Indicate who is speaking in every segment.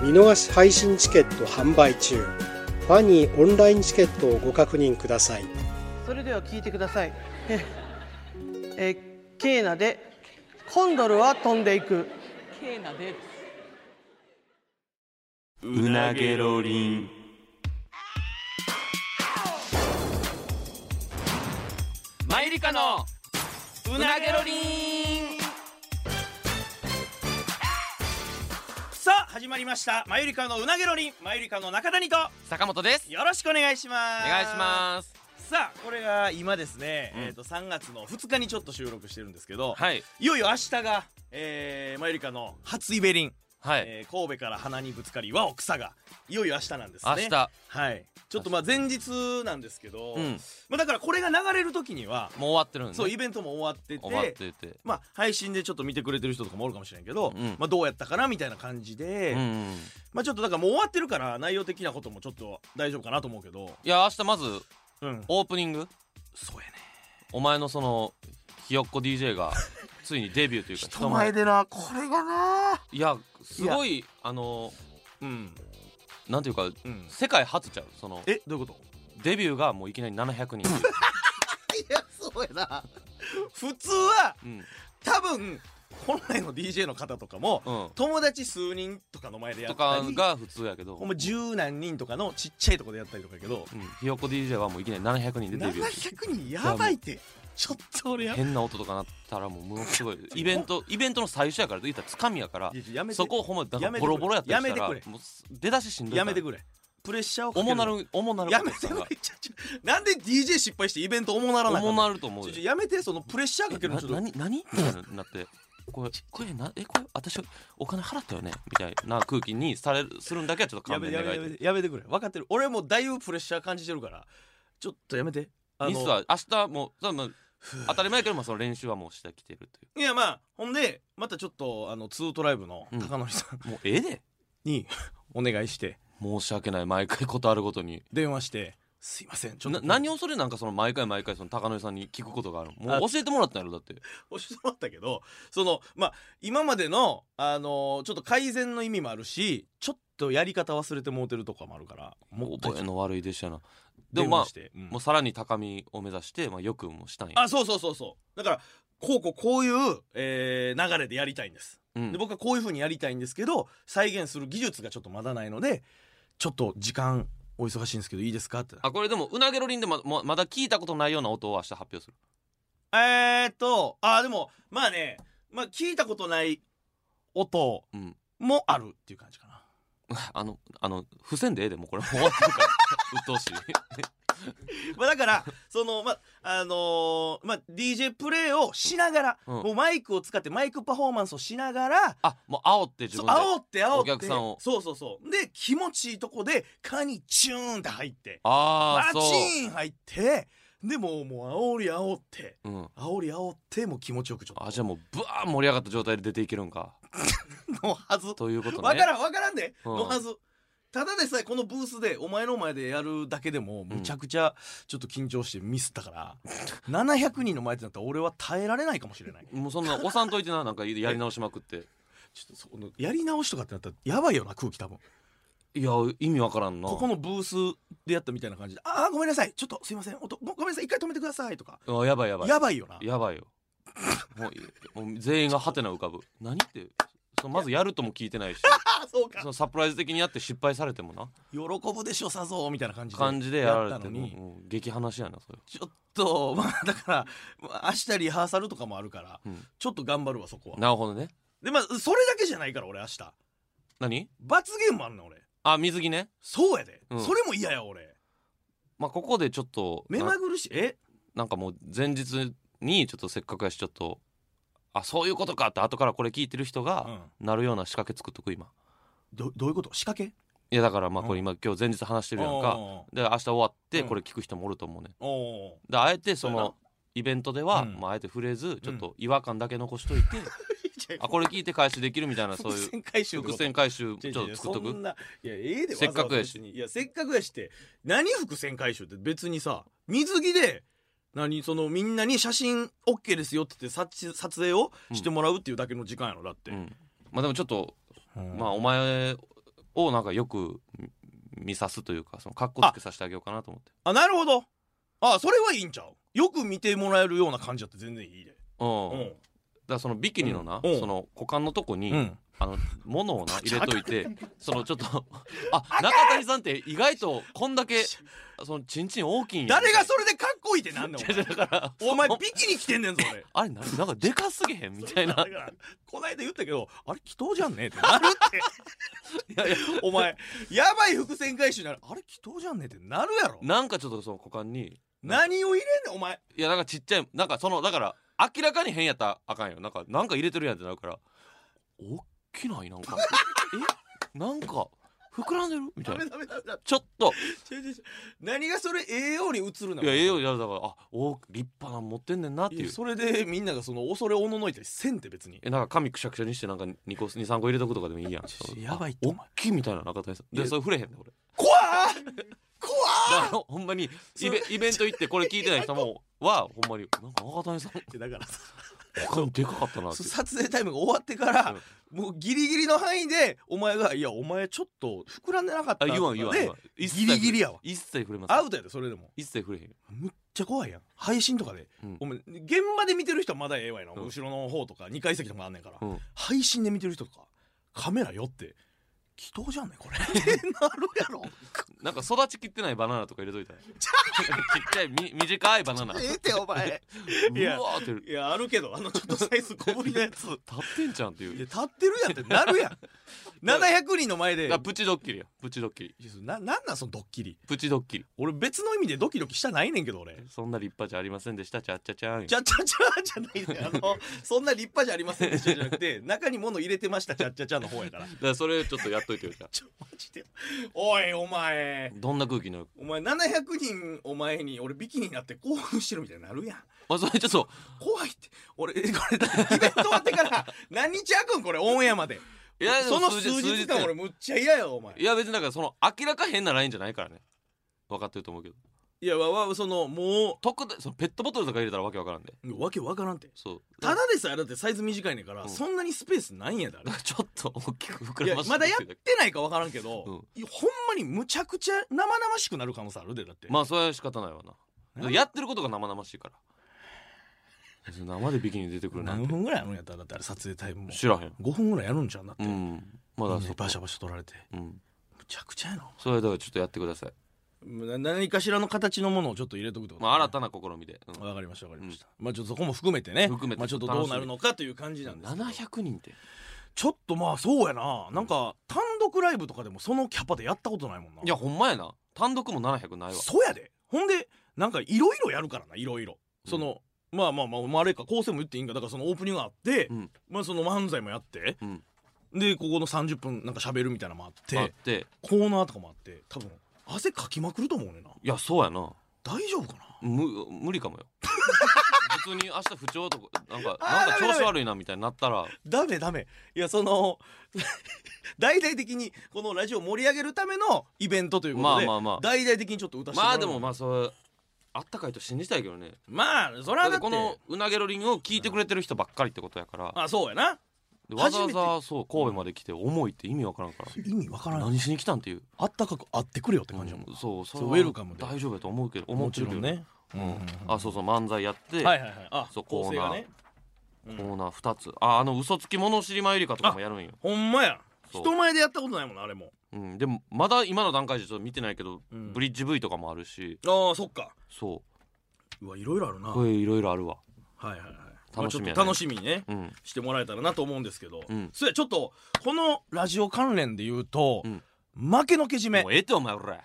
Speaker 1: 見逃し配信チケット販売中ファニーオンラインチケットをご確認ください
Speaker 2: それでは聞いてください えーえーケーナでコンドルは飛んでいく
Speaker 3: ケーナで
Speaker 4: うなげろりんマイリカのうなげろりん
Speaker 5: さあ始まりましたマユリカのうなげろりんマユリカの中谷と
Speaker 4: 坂本です
Speaker 5: よろしくお願いします
Speaker 4: お願いします
Speaker 5: すさあこれが今ですね、
Speaker 4: うん
Speaker 5: えっ、と3月の2日にちょっと収録してるんですけど、い、
Speaker 4: はい
Speaker 5: よいよ明日が、えー、マユリカの初イベリン、
Speaker 4: はい、
Speaker 5: えー神戸から鼻にぶつかり和を草がいよいよ明日なんですね
Speaker 4: 明日
Speaker 5: はいちょっとまあ前日なんですけど、
Speaker 4: うん
Speaker 5: まあだからこれが流れる時には
Speaker 4: もう終わってるんで
Speaker 5: そうイベントも終わってて
Speaker 4: 終わってて
Speaker 5: まあ配信でちょっと見てくれてる人とかもおるかもしれんけど、
Speaker 4: うん
Speaker 5: まあどうやったかなみたいな感じで、
Speaker 4: うんうん
Speaker 5: まあちょっとだからもう終わってるから内容的なこともちょっと大丈夫かなと思うけど
Speaker 4: いや明日まず
Speaker 5: うん
Speaker 4: オープニング
Speaker 5: そうやね
Speaker 4: お前のそのひよっこ DJ がついにデビューというか
Speaker 5: 人前でなこれがない
Speaker 4: やすごいあの
Speaker 5: うん
Speaker 4: なんていうか
Speaker 5: うん
Speaker 4: 世界初ちゃうその
Speaker 5: えどういうこと
Speaker 4: デビューがもういきなり700人、
Speaker 5: いやそうやな普通は
Speaker 4: うん、
Speaker 5: 多分本来の DJ の方とかも、
Speaker 4: うん
Speaker 5: 友達数人とかの前でや
Speaker 4: と
Speaker 5: った
Speaker 4: か
Speaker 5: り
Speaker 4: が普通やけど
Speaker 5: ほんま十何人とかのちっちゃいとこでやったりとかやけど
Speaker 4: うんひよこ DJ はもういきなり700人でデビューして
Speaker 5: 700人やばいってちょっと俺や
Speaker 4: 変な音とかなったらもうものすごいイベン トイベントの最初やから言ったらつかみやから
Speaker 5: いややめて
Speaker 4: そこをほんまな
Speaker 5: や
Speaker 4: んか
Speaker 5: めて
Speaker 4: ボ
Speaker 5: くれ
Speaker 4: ロボロやったりした
Speaker 5: や
Speaker 4: ら
Speaker 5: めてく
Speaker 4: もう出だししんどい
Speaker 5: やめて
Speaker 4: れ
Speaker 5: くれプレッシャーをかけ
Speaker 4: おも
Speaker 5: る
Speaker 4: なるおもなる
Speaker 5: やめて
Speaker 4: お
Speaker 5: く
Speaker 4: も
Speaker 5: れちょちょなんで DJ 失敗してイベントおもならな
Speaker 4: ないるおもなると思う
Speaker 5: ちょ
Speaker 4: よ
Speaker 5: ちょやめてそのプレッシャーかけるのちょっと
Speaker 4: 何何みたいになってこれこれなえこれ私お金払ったよねみたいな空気にされるするんだけはちょっと
Speaker 5: や
Speaker 4: 勘
Speaker 5: め
Speaker 4: 弁
Speaker 5: てや
Speaker 4: 願い
Speaker 5: め
Speaker 4: た
Speaker 5: て
Speaker 4: い
Speaker 5: やめてやめてくれ分かってる俺もうだいぶプレッシャー感じてるからちょっとやめてあの
Speaker 4: ミスは明日もう多分
Speaker 5: ふう
Speaker 4: 当たり前やけどまあその練習はもうしてきてるとい
Speaker 5: いやまあほんでまたちょっとあのツートライブの
Speaker 4: うん
Speaker 5: 高典さん
Speaker 4: うもうええで
Speaker 5: にお願いして
Speaker 4: 申し訳ない毎回ことあるごとに
Speaker 5: 電話してすいませんちょっ
Speaker 4: な
Speaker 5: と
Speaker 4: 何
Speaker 5: を
Speaker 4: をそれなんかその毎回毎回その高野さんに聞くことがあるの
Speaker 5: あ
Speaker 4: もう教えてもらったんやろだって
Speaker 5: 教えてもらったけどそのまあ今までのあのちょっと改善の意味もあるしちょっとやり方忘れてもうてるとかもあるからもう一回
Speaker 4: 覚えの悪いでしやなで
Speaker 5: 電
Speaker 4: もまあ
Speaker 5: 話してうん
Speaker 4: もうさらに高みを目指してまあよくもしたんや
Speaker 5: あそうそうそうそうだからこうこうこういう、えー流れでやりたいんです、
Speaker 4: うん
Speaker 5: で僕はこういうふうにやりたいんですけど再現する技術がちょっとまだないのでちょっと時間お忙しいんですけどいいですかって
Speaker 4: あこれでもうなげろりんでもままだ聞いたことないような音を明日発表する
Speaker 5: えーっとあーでもまあね、まあ、聞いたことない音
Speaker 4: うん
Speaker 5: もあるっていう感じ かな
Speaker 4: あのあの付箋でええでもうこれもう終わってるから鬱陶しい
Speaker 5: まあだからそのまああのーまあ DJ プレイをしながら、
Speaker 4: うん
Speaker 5: もうマイクを使ってマイクパフォーマンスをしながら
Speaker 4: あもう青って自
Speaker 5: そう
Speaker 4: 分で
Speaker 5: 煽って煽って
Speaker 4: お客さんを
Speaker 5: そうそうそうで気持ちいいとこで蚊にチューンって入って
Speaker 4: ああ
Speaker 5: バチ
Speaker 4: そう
Speaker 5: ーン入ってでもうもう煽り煽って
Speaker 4: うん
Speaker 5: 煽り煽ってもう気持ちよくちょっと
Speaker 4: あじゃあもうブワー盛り上がった状態で出ていけるんか
Speaker 5: のはず
Speaker 4: ということね
Speaker 5: わからんわからんで、
Speaker 4: うん
Speaker 5: のはずただでさえこのブースでお前の前でやるだけでもむちゃくちゃちょっと緊張してミスっ たから、700人の前ってなったら俺は耐えられないかもしれない
Speaker 4: もうそんな押さんといてななんかやり直しまくって
Speaker 5: ちょっとそこのやり直しとかってなったらやばいよな空気多分
Speaker 4: いや意味わからんな
Speaker 5: ここのブースでやったみたいな感じで「ああごめんなさいちょっとすいません音ごごめんなさい一回止めてください」とか
Speaker 4: あやばいやばい
Speaker 5: やばいよな
Speaker 4: やばいよもうもう全員がハテナ浮かぶ何ってそのまずやるとも聞いて ないし
Speaker 5: あそう
Speaker 4: そのサプライズ的にやって失敗されてもな
Speaker 5: 喜ぶでしょさぞみたいな感じで
Speaker 4: 感じでやられ
Speaker 5: った
Speaker 4: て
Speaker 5: の
Speaker 4: も
Speaker 5: に
Speaker 4: もう激話やなそれ
Speaker 5: ちょっと まあだからまあ明日リハーサルとかもあるから、
Speaker 4: うん
Speaker 5: ちょっと頑張るわそこは
Speaker 4: なるほどね
Speaker 5: でまあそれだけじゃないから俺明日
Speaker 4: 何
Speaker 5: 罰ゲームもあるの俺
Speaker 4: あ水着ね
Speaker 5: そうやで、
Speaker 4: うん
Speaker 5: それも嫌や俺
Speaker 4: まあここでちょっと
Speaker 5: 目ま
Speaker 4: な
Speaker 5: ぐるしいえ
Speaker 4: なんかもう前日にちょっとせっかくやしちょっとあそういうことかって後からこれ聞いてる人
Speaker 5: う
Speaker 4: が
Speaker 5: ん
Speaker 4: なるような仕掛け作っとく今
Speaker 5: どどういうこと仕掛け
Speaker 4: いやだからまあこれ今今日前日話してるやんか
Speaker 5: お
Speaker 4: で明日終わって
Speaker 5: うん
Speaker 4: これ聞く人もおると思うね
Speaker 5: ーお
Speaker 4: であえてそ
Speaker 5: そうやな
Speaker 4: のイベントでは
Speaker 5: うん
Speaker 4: まああえて触れずちょっと違和感だけ残し といてあこれ聞いて回収できるみたいな
Speaker 5: ー
Speaker 4: そう
Speaker 5: 伏
Speaker 4: いう
Speaker 5: 線回収ってこ
Speaker 4: 伏
Speaker 5: と
Speaker 4: 線回収
Speaker 5: 違う
Speaker 4: ちょっと作っと
Speaker 5: 違うそん
Speaker 4: く
Speaker 5: ないやええで
Speaker 4: せっかくやし
Speaker 5: わざわざ別にいやせっかくやして何伏線回収って別にさ水着で何そのみんなに写真 OK ですよって言って撮撮影をしてもらうっていうだけの時間やろだって、
Speaker 4: うんまあでもちょっと
Speaker 5: うん
Speaker 4: まあお前をなんかよく見さすというかその格好つけさせてあげようかなと思って
Speaker 5: あなるほどあそれはいいんちゃうよく見てもらえるような感じだって全然いいで
Speaker 4: うんだか
Speaker 5: う
Speaker 4: らそのビキニのな
Speaker 5: うん
Speaker 4: その股間のとこに、
Speaker 5: ん、うん、
Speaker 4: あの物 をな入れといてそのちょっとあ中谷さんって意外とこんだけそのチンチン大きいんや
Speaker 5: 誰がそれでかっこいいってなんねんお前
Speaker 4: だから
Speaker 5: お前ビキニ着てんねんぞ俺
Speaker 4: あれなんなんかでかすぎへんみたいな
Speaker 5: だからこないだ言ったけどあれ祈祷じゃんねえってなるって
Speaker 4: い やいや
Speaker 5: お前やばい伏線回収になるあれ祈祷じゃんねえってなるやろ
Speaker 4: なんかちょっとその股間に
Speaker 5: 何を入れんねんお前
Speaker 4: いやなんかちっちゃいなんかそのだから明らかに変やったらあかんよなんかなんか入れてるやんってなるからおっきないなん かえなんか膨らんでるみた
Speaker 5: ダ
Speaker 4: いな
Speaker 5: メダメダメダメ
Speaker 4: ちょっと
Speaker 5: 違う違う違う何がそれ栄養に映るの
Speaker 4: いや栄養
Speaker 5: っ
Speaker 4: やだからあお立派なの持ってんねんなってて
Speaker 5: い
Speaker 4: いう
Speaker 5: うそれでみんながその恐れおののいたりせんって別に
Speaker 4: えなんか髪くしゃくしゃにしてなんか2個23個入れとくとかでもいいやん
Speaker 5: ちょやばいって
Speaker 4: お
Speaker 5: お
Speaker 4: っ
Speaker 5: 前
Speaker 4: きいみたいな中谷さん
Speaker 5: い
Speaker 4: で
Speaker 5: や
Speaker 4: それ触れへんね俺
Speaker 5: 怖っ怖
Speaker 4: だからほんま にイベイベント行ってこれ聞いてない人もはほんまになんか中谷 さん
Speaker 5: っだからさ
Speaker 4: 他のでかかったなって
Speaker 5: そう撮影タイムが終わってから、もうギリギリの範囲でお前が「いやお前ちょっと膨らんでなかった
Speaker 4: あ
Speaker 5: な」
Speaker 4: 言
Speaker 5: と
Speaker 4: わ
Speaker 5: か
Speaker 4: ん言わん言
Speaker 5: で
Speaker 4: わん一切
Speaker 5: ギリギリやわ
Speaker 4: 一切触れません
Speaker 5: アウトやでそれでも
Speaker 4: 一切触れへん
Speaker 5: むっちゃ怖いやん配信とかで、
Speaker 4: うん
Speaker 5: お前現場で見てる人はまだええわやな、
Speaker 4: うん
Speaker 5: 後ろの方とか2階席とかあんねんから、
Speaker 4: うん
Speaker 5: 配信で見てる人とかカメラ寄って「祈祷じゃんねん これ」ってなるやろ
Speaker 4: なんか育ちきってないバナナとか入れといたらちっちゃいみ短いバナナう
Speaker 5: ええってお前や
Speaker 4: わーって
Speaker 5: いやあるけどあのちょっとサイズ小ぶりのやつい
Speaker 4: 立ってんじゃんってい
Speaker 5: や
Speaker 4: う
Speaker 5: 立ってるやんってなるや ん700人の前で
Speaker 4: だからプチドッキリやプチドッキリ
Speaker 5: いやそれななんなんそのドッキリ
Speaker 4: プチドッキリ
Speaker 5: 俺別の意味でドキドキしたないねんけど俺
Speaker 4: そんな立派じゃありませんでしたちゃっちゃちゃん
Speaker 5: ちゃっちゃちゃじゃないねんあ のそんな立派じゃありませんでしたじゃなくて中に物入れてましたちゃっちゃちゃの方や から
Speaker 4: だからそれちょっとやっといてよじゃあ
Speaker 5: ちょマジでおいお前
Speaker 4: どんな空気になる
Speaker 5: お前700人お前に俺ビキニになって興奮してるみたいになるやん
Speaker 4: まあそれちょっと
Speaker 5: 怖いって俺えこれイベント終わってから 何日空くんこれオンエアまで
Speaker 4: いやでも
Speaker 5: その
Speaker 4: 数日
Speaker 5: 数日
Speaker 4: 数日
Speaker 5: 間
Speaker 4: や
Speaker 5: 俺むっちゃ嫌やわお前
Speaker 4: いや別になんかその明らか変なラインじゃないからね分かってると思うけど
Speaker 5: いやわわそのも
Speaker 4: 特でそのペットボトルとか入れたらわけわからんで
Speaker 5: うわけわからんて
Speaker 4: そう
Speaker 5: ただでさえだってサイズ短いねんから、
Speaker 4: うん
Speaker 5: そんなにスペースないんやであれ
Speaker 4: だからちょっと大きく膨ら
Speaker 5: いや
Speaker 4: まして
Speaker 5: まだやってないか分からんけど、
Speaker 4: うん
Speaker 5: いやほんまにむちゃくちゃ生々しくなる可能性あるでだって、
Speaker 4: まあそれは仕方ないわな
Speaker 5: なん
Speaker 4: やってることが生々しいから生でビキニ出てくるなん
Speaker 5: 何
Speaker 4: て
Speaker 5: 分ぐらいあるんやったらだってあれ撮影タイムも
Speaker 4: 知らへん
Speaker 5: 5分ぐらいやるんじゃんだって、
Speaker 4: うんまだ
Speaker 5: みん
Speaker 4: そ
Speaker 5: な
Speaker 4: こ
Speaker 5: バシャバシャ撮られて
Speaker 4: うん
Speaker 5: むちゃくちゃやな
Speaker 4: それはだからちょっとやってください
Speaker 5: な何かしらの形のものをちょっと入れとくってこと
Speaker 4: まあ新たな試みでうん
Speaker 5: わかりましたわかりました、まあちょっとそこも含めてね
Speaker 4: 含めて
Speaker 5: まあ、ちょっとどうなるのかという感じなんですけど
Speaker 4: 700人って
Speaker 5: ちょっとまあそうやななんか単独ライブとかでもそのキャパでやったことないもんない
Speaker 4: いやほんまやな単独も700ないわ
Speaker 5: そうやでほんでなんかいろいろやるからないろいろその、まあまあまあ、まあ、あれか構成も言っていいんかだからそのオープニングがあって、
Speaker 4: うん
Speaker 5: まあ、その漫才もやって
Speaker 4: うん
Speaker 5: でここの30分なんか喋るみたいなのもあって
Speaker 4: あって
Speaker 5: コーナーとかもあって多分汗かきまくると思うねんない
Speaker 4: やそうやな
Speaker 5: 大丈夫かな
Speaker 4: む無理かもよ 普通に明日不調とかなんか
Speaker 5: あー
Speaker 4: なん
Speaker 5: ダ
Speaker 4: か調
Speaker 5: メダメ
Speaker 4: 子悪いなみたいになったら
Speaker 5: ダメダメいやその 大々的にこのラジオを盛り上げるためのイベントということで、
Speaker 4: まあまあまあ
Speaker 5: 大々的にちょっと歌しても
Speaker 4: ま
Speaker 5: ら
Speaker 4: あ
Speaker 5: う
Speaker 4: でもまあそれあったかいと信じたいけどね
Speaker 5: まあそれ
Speaker 4: だ
Speaker 5: は
Speaker 4: っ
Speaker 5: だってて
Speaker 4: このうなげろりんを聞いてくれてる人ばっかりってことやから
Speaker 5: あそうやな
Speaker 4: でわざわ
Speaker 5: 初
Speaker 4: ざそう神戸まで来て重いって意味わからんから
Speaker 5: 意味わからん
Speaker 4: 何しに来たんっていう
Speaker 5: あったかく会ってくれよって感じやもん、
Speaker 4: うんそうそれは
Speaker 5: ウェルカムで
Speaker 4: 大丈夫やと思うけど思
Speaker 5: も
Speaker 4: って
Speaker 5: ち
Speaker 4: るけど
Speaker 5: ろんね、
Speaker 4: う
Speaker 5: うんうん
Speaker 4: ん
Speaker 5: うん
Speaker 4: あそうそう漫才やって
Speaker 5: はいはいはいあ
Speaker 4: そう
Speaker 5: 構成がね
Speaker 4: コーナー2つああの嘘つき物知りまゆりかとかもやるんよ
Speaker 5: ほんまや
Speaker 4: そう
Speaker 5: 人前でやったことないもんなあれも
Speaker 4: うんでもまだ今の段階じゃちょっと見てないけど
Speaker 5: うん
Speaker 4: ブリッジ V とかもあるし
Speaker 5: ああそっか
Speaker 4: そう
Speaker 5: わいろいろあるな
Speaker 4: うこ
Speaker 5: はい
Speaker 4: れいろいろあるわ
Speaker 5: はいはいまあ
Speaker 4: 楽
Speaker 5: ち
Speaker 4: し
Speaker 5: ょ
Speaker 4: みやね
Speaker 5: っと楽しみにね
Speaker 4: うん
Speaker 5: してもらえたらなと思うんですけど
Speaker 4: うん
Speaker 5: それちょっとこのラジオ関連で言うと
Speaker 4: うん
Speaker 5: 負けのけじめ
Speaker 4: もうええってお前俺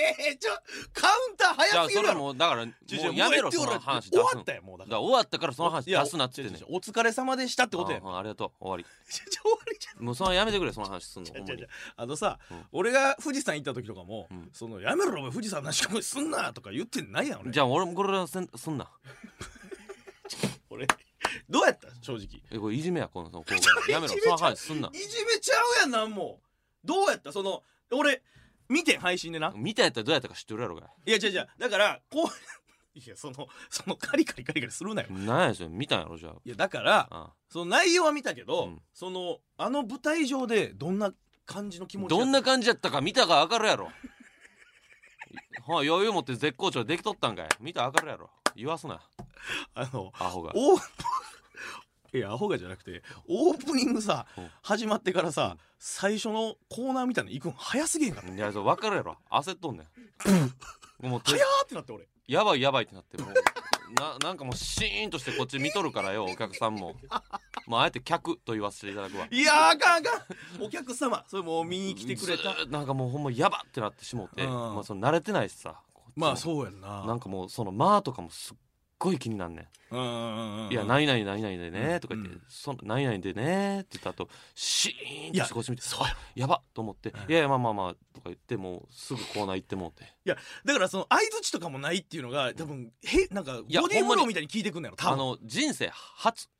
Speaker 5: えちょカウンター
Speaker 4: じゃ
Speaker 5: 早
Speaker 4: あ
Speaker 5: すぎ
Speaker 4: そ
Speaker 5: る
Speaker 4: れ
Speaker 5: やろ
Speaker 4: もうだからもうやめろその話出す
Speaker 5: 終
Speaker 4: の
Speaker 5: わ
Speaker 4: だ
Speaker 5: っ
Speaker 4: か
Speaker 5: たよもうだから
Speaker 4: ら終わったからその話出すなっつってね
Speaker 5: お疲れ様でしたってことや
Speaker 4: ああありがとう終わ
Speaker 5: ちょちょ終わりじゃん
Speaker 4: りもうそのやめてくれその話すんのほんま
Speaker 5: じゃじ
Speaker 4: に
Speaker 5: ゃあのさ、
Speaker 4: うん
Speaker 5: 俺が富士山行った時とかも、
Speaker 4: うん
Speaker 5: そのやめろお前富士山なしかもすんなとか言ってないやん俺
Speaker 4: じゃあ俺もこれはせんすんな
Speaker 5: 俺どうやった正直い
Speaker 4: えこれいじめやこのそのこう
Speaker 5: ちょいじめ
Speaker 4: やめろ
Speaker 5: ちゃう
Speaker 4: その話すんな
Speaker 5: じめちゃうやんなんもどうやったその俺見てん配信でな
Speaker 4: 見たやったらどうやったか知ってるやろが
Speaker 5: いや違う違うだからこういやそのそのカリカリカリカリするなよ
Speaker 4: なんやそれ見たんやろじゃ
Speaker 5: いやだから
Speaker 4: あ
Speaker 5: その内容は見たけど、
Speaker 4: うん
Speaker 5: そのあの舞台上でどんな感じの気
Speaker 4: うん
Speaker 5: 持ち
Speaker 4: どん
Speaker 5: や
Speaker 4: な
Speaker 5: っ
Speaker 4: 感じやったか見たか分かるやろ ほん余裕持って絶好調できとったんかい見たら分かるやろ言わすな
Speaker 5: たあの
Speaker 4: アホが
Speaker 5: オープン いやアホがじゃなくてオープニングさ
Speaker 4: うん
Speaker 5: 始まってからさ最初のコーナーみたいなの行くん早すぎへんかった
Speaker 4: いやそう分かるやろ焦っとんね んもう手
Speaker 5: 早ーってなって俺
Speaker 4: やばいやばいってなってもうななんかもうシーンとしてこっち見とるからよお客さんももうあえて客と言わせていただくわ
Speaker 5: いやーあかんあかんお客様それもう見に来てくれた
Speaker 4: ずーなんかもうほんまやばってなってしもうて、
Speaker 5: うん
Speaker 4: まあ、その慣れてないしさこっちも
Speaker 5: まあそうやんな
Speaker 4: なんかもうその間とかもすっごい気になんね
Speaker 5: うんうんうんう
Speaker 4: ん「
Speaker 5: ん
Speaker 4: いや何々何々でね」とか言って
Speaker 5: うん
Speaker 4: 「その何々でね」って言った後シーンとしてこっち見て
Speaker 5: そうや
Speaker 4: 「やばっ!」と思って
Speaker 5: うん
Speaker 4: 「いやいやまあまあまあ」とか言ってもうすぐコーナー行ってもうて
Speaker 5: だからその相槌とかもないっていうのが多分へなんか
Speaker 4: いや
Speaker 5: ボディー
Speaker 4: ほ
Speaker 5: ブ
Speaker 4: んま
Speaker 5: ロー
Speaker 4: に
Speaker 5: みたいに効いてくんのやろ多
Speaker 4: あ
Speaker 5: 分
Speaker 4: の人生初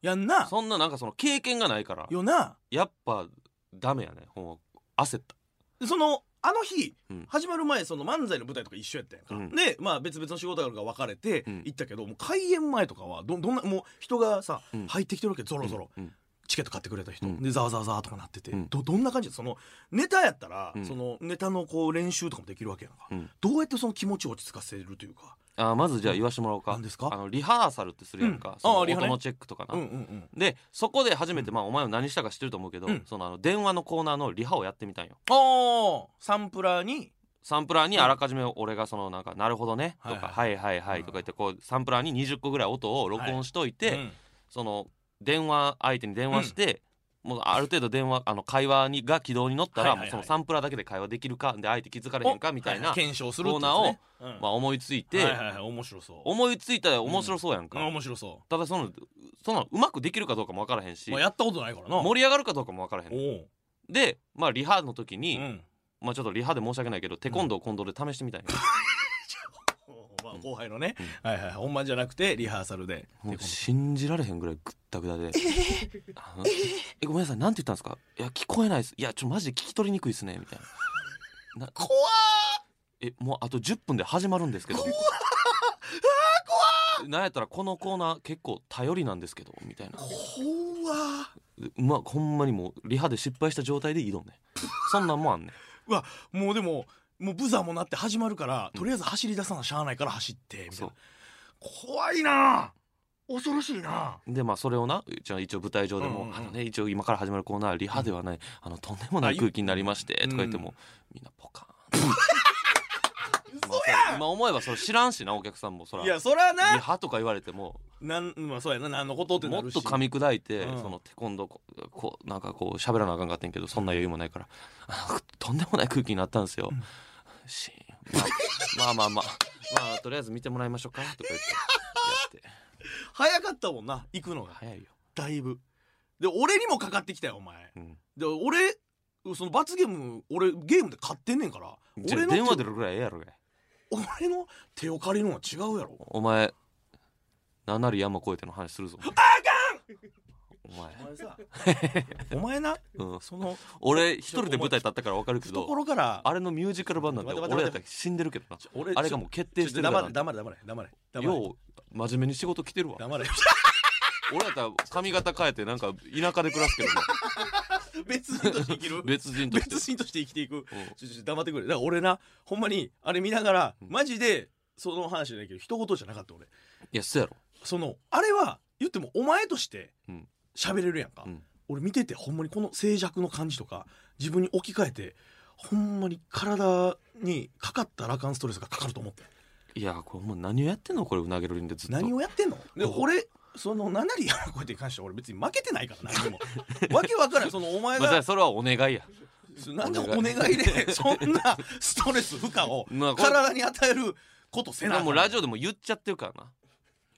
Speaker 5: やんな
Speaker 4: そんななんかその経験がないから
Speaker 5: よな
Speaker 4: やっぱダメやねほんま焦った
Speaker 5: そのあの日、
Speaker 4: うん
Speaker 5: 始まる前その漫才の舞台とか一緒やったやんか、
Speaker 4: うん
Speaker 5: でまあ別々の仕事があるから別れて
Speaker 4: うん
Speaker 5: 行ったけど、もう開演前とかはどどんなもう人がさ、
Speaker 4: うん
Speaker 5: 入ってきてるわけゾロゾロ、
Speaker 4: うんうん
Speaker 5: チケット買ってくれた人、
Speaker 4: うん
Speaker 5: でザワザワザワとかなってて、
Speaker 4: うん
Speaker 5: どどんな感じそのネタやったら、
Speaker 4: うん
Speaker 5: そのネタのこう練習とかもできるわけやんか、
Speaker 4: うん
Speaker 5: どうやってその気持ちを落ち着かせるというか
Speaker 4: あーまずじゃあ言わしてもらおうか
Speaker 5: 何ですか
Speaker 4: あのリハーサルってするやん
Speaker 5: うん
Speaker 4: か、
Speaker 5: あ
Speaker 4: その
Speaker 5: ーリハね
Speaker 4: 音のチェックとかな、
Speaker 5: うんうんうん
Speaker 4: でそこで初めて、まあお前は何したか知ってると思うけど、
Speaker 5: うん
Speaker 4: そのあの電話のコーナーのリハをやってみたんよ
Speaker 5: ああサンプラーに
Speaker 4: サンプラーにあらかじめ俺がそのなんか「なるほどね」とか「
Speaker 5: は
Speaker 4: はいはいはい」とか言ってこうサンプラーに20個ぐらい音を録音しといて、
Speaker 5: うん
Speaker 4: その電話相手に電話して、もうある程度電話あの会話にが軌道に乗ったら、
Speaker 5: はいはいはい
Speaker 4: もうそのサンプラーだけで会話できるかで相手気づかれへんかみたいな、
Speaker 5: はは検証するってやつねうん
Speaker 4: まあ、思いついて、
Speaker 5: はいはいはい面白そう
Speaker 4: 思いついたら面白そうやんか、
Speaker 5: うん面白そ
Speaker 4: ただそのそのうまくできるかどうかも分からへん
Speaker 5: う、
Speaker 4: し、
Speaker 5: まあ、やったことないからな
Speaker 4: 盛り上がるかどうかも分からへ
Speaker 5: お
Speaker 4: ん
Speaker 5: お
Speaker 4: でまあリハの時
Speaker 5: う
Speaker 4: に、
Speaker 5: ん
Speaker 4: まあちょっとリハで申し訳ないけどテコンドー今度で試してみた いな、
Speaker 5: まあ、後輩のね、
Speaker 4: う
Speaker 5: はいはい本番じゃなくてリハーサルで
Speaker 4: もう信じられへんぐらいぐったぐだ でええごめんなさいなんて言ったんですかいや聞こえないですいやちょマジで聞き取りにくいっすねみたいなな
Speaker 5: 怖っ
Speaker 4: えもうあと10分で始まるんですけど怖 なんやったらこのコーナー結構頼りなんですけどみたいな
Speaker 5: 怖っ
Speaker 4: うまほんまにもうリハで失敗した状態で挑んねそんなんもんあんねん
Speaker 5: うわもうでももうブザーもなって始まるから、とりあえず走り出さなしゃあないから走ってみたい
Speaker 4: そう
Speaker 5: な怖いな恐ろしいな
Speaker 4: でまあそれをなじゃあ一応舞台上でも、
Speaker 5: うんうんうん
Speaker 4: あのね一応今から始まるコーナーリハではない、あのとんでもない空気になりましてとか言っても、みんなポカ ーンまあ、今思えばそれ知らんしなお客さんもそら
Speaker 5: いやそら
Speaker 4: リ
Speaker 5: な
Speaker 4: ハとか言われても
Speaker 5: なん、まあ、そうやな何のことって
Speaker 4: も
Speaker 5: な
Speaker 4: っ
Speaker 5: るし
Speaker 4: と噛み砕いて、
Speaker 5: うん
Speaker 4: そのテコンドーここうなんかこう喋らなあかんかってんけどそんな余裕もないからあのとんでもない空気になったんですよ、シーン、まあ、まあまあまあまあとりあえず見てもらいましょうかとか言ってやって
Speaker 5: 早かったもんな行くのが
Speaker 4: 早いよ、
Speaker 5: だいぶで俺にもかかってきたよお前
Speaker 4: うん、
Speaker 5: で俺その罰ゲーム俺ゲームで買ってんねんから
Speaker 4: じゃあ
Speaker 5: 俺の
Speaker 4: 電話
Speaker 5: 手
Speaker 4: 出るぐらいええやろが
Speaker 5: 俺の手を借りるのは違うやろ
Speaker 4: お前何なり山越えての話するぞお前
Speaker 5: お前さお前な
Speaker 4: うん、
Speaker 5: その
Speaker 4: 俺一人で舞台立ったから分かるけど
Speaker 5: 懐から
Speaker 4: あれのミュージカル版なんて
Speaker 5: 待て待て
Speaker 4: 俺やったら死んでるけどな
Speaker 5: ちょ俺
Speaker 4: あれがもう決
Speaker 5: ちょ
Speaker 4: 定してる
Speaker 5: 黙
Speaker 4: か
Speaker 5: れ
Speaker 4: ら
Speaker 5: 黙れ黙れ黙れ黙れ
Speaker 4: よう真面目に仕事来てるわ
Speaker 5: 黙れ
Speaker 4: 俺やったら髪型変えてなんか田舎で暮らすけどな
Speaker 5: 別人として生きる
Speaker 4: 別人として
Speaker 5: 別人として生きていく
Speaker 4: うん
Speaker 5: ちょちょ黙ってくれだから俺なほんまにあれ見ながら
Speaker 4: うん
Speaker 5: マジでその話じゃないけど一言じゃなかった俺
Speaker 4: いやそうやろ
Speaker 5: そのあれは言ってもお前として
Speaker 4: うん
Speaker 5: 喋れるやんか、
Speaker 4: うん
Speaker 5: 俺見ててほんまにこの静寂の感じとか自分に置き換えてほんまに体にかかったらあかんストレスがかかると思って
Speaker 4: いやこれもう何をやってんのこれうなげるりんでずっと
Speaker 5: 何をやってんので
Speaker 4: どう
Speaker 5: 俺その七里 山越えてに関しては俺別に負けてないから何にもわけわからんそのお前
Speaker 4: まあじゃあ
Speaker 5: が
Speaker 4: それはお願いや
Speaker 5: なんでお願い でそんなストレス負荷を
Speaker 4: まあこれ
Speaker 5: 体に与えることせなあ
Speaker 4: で
Speaker 5: かん
Speaker 4: もラジオでも言っちゃってるからな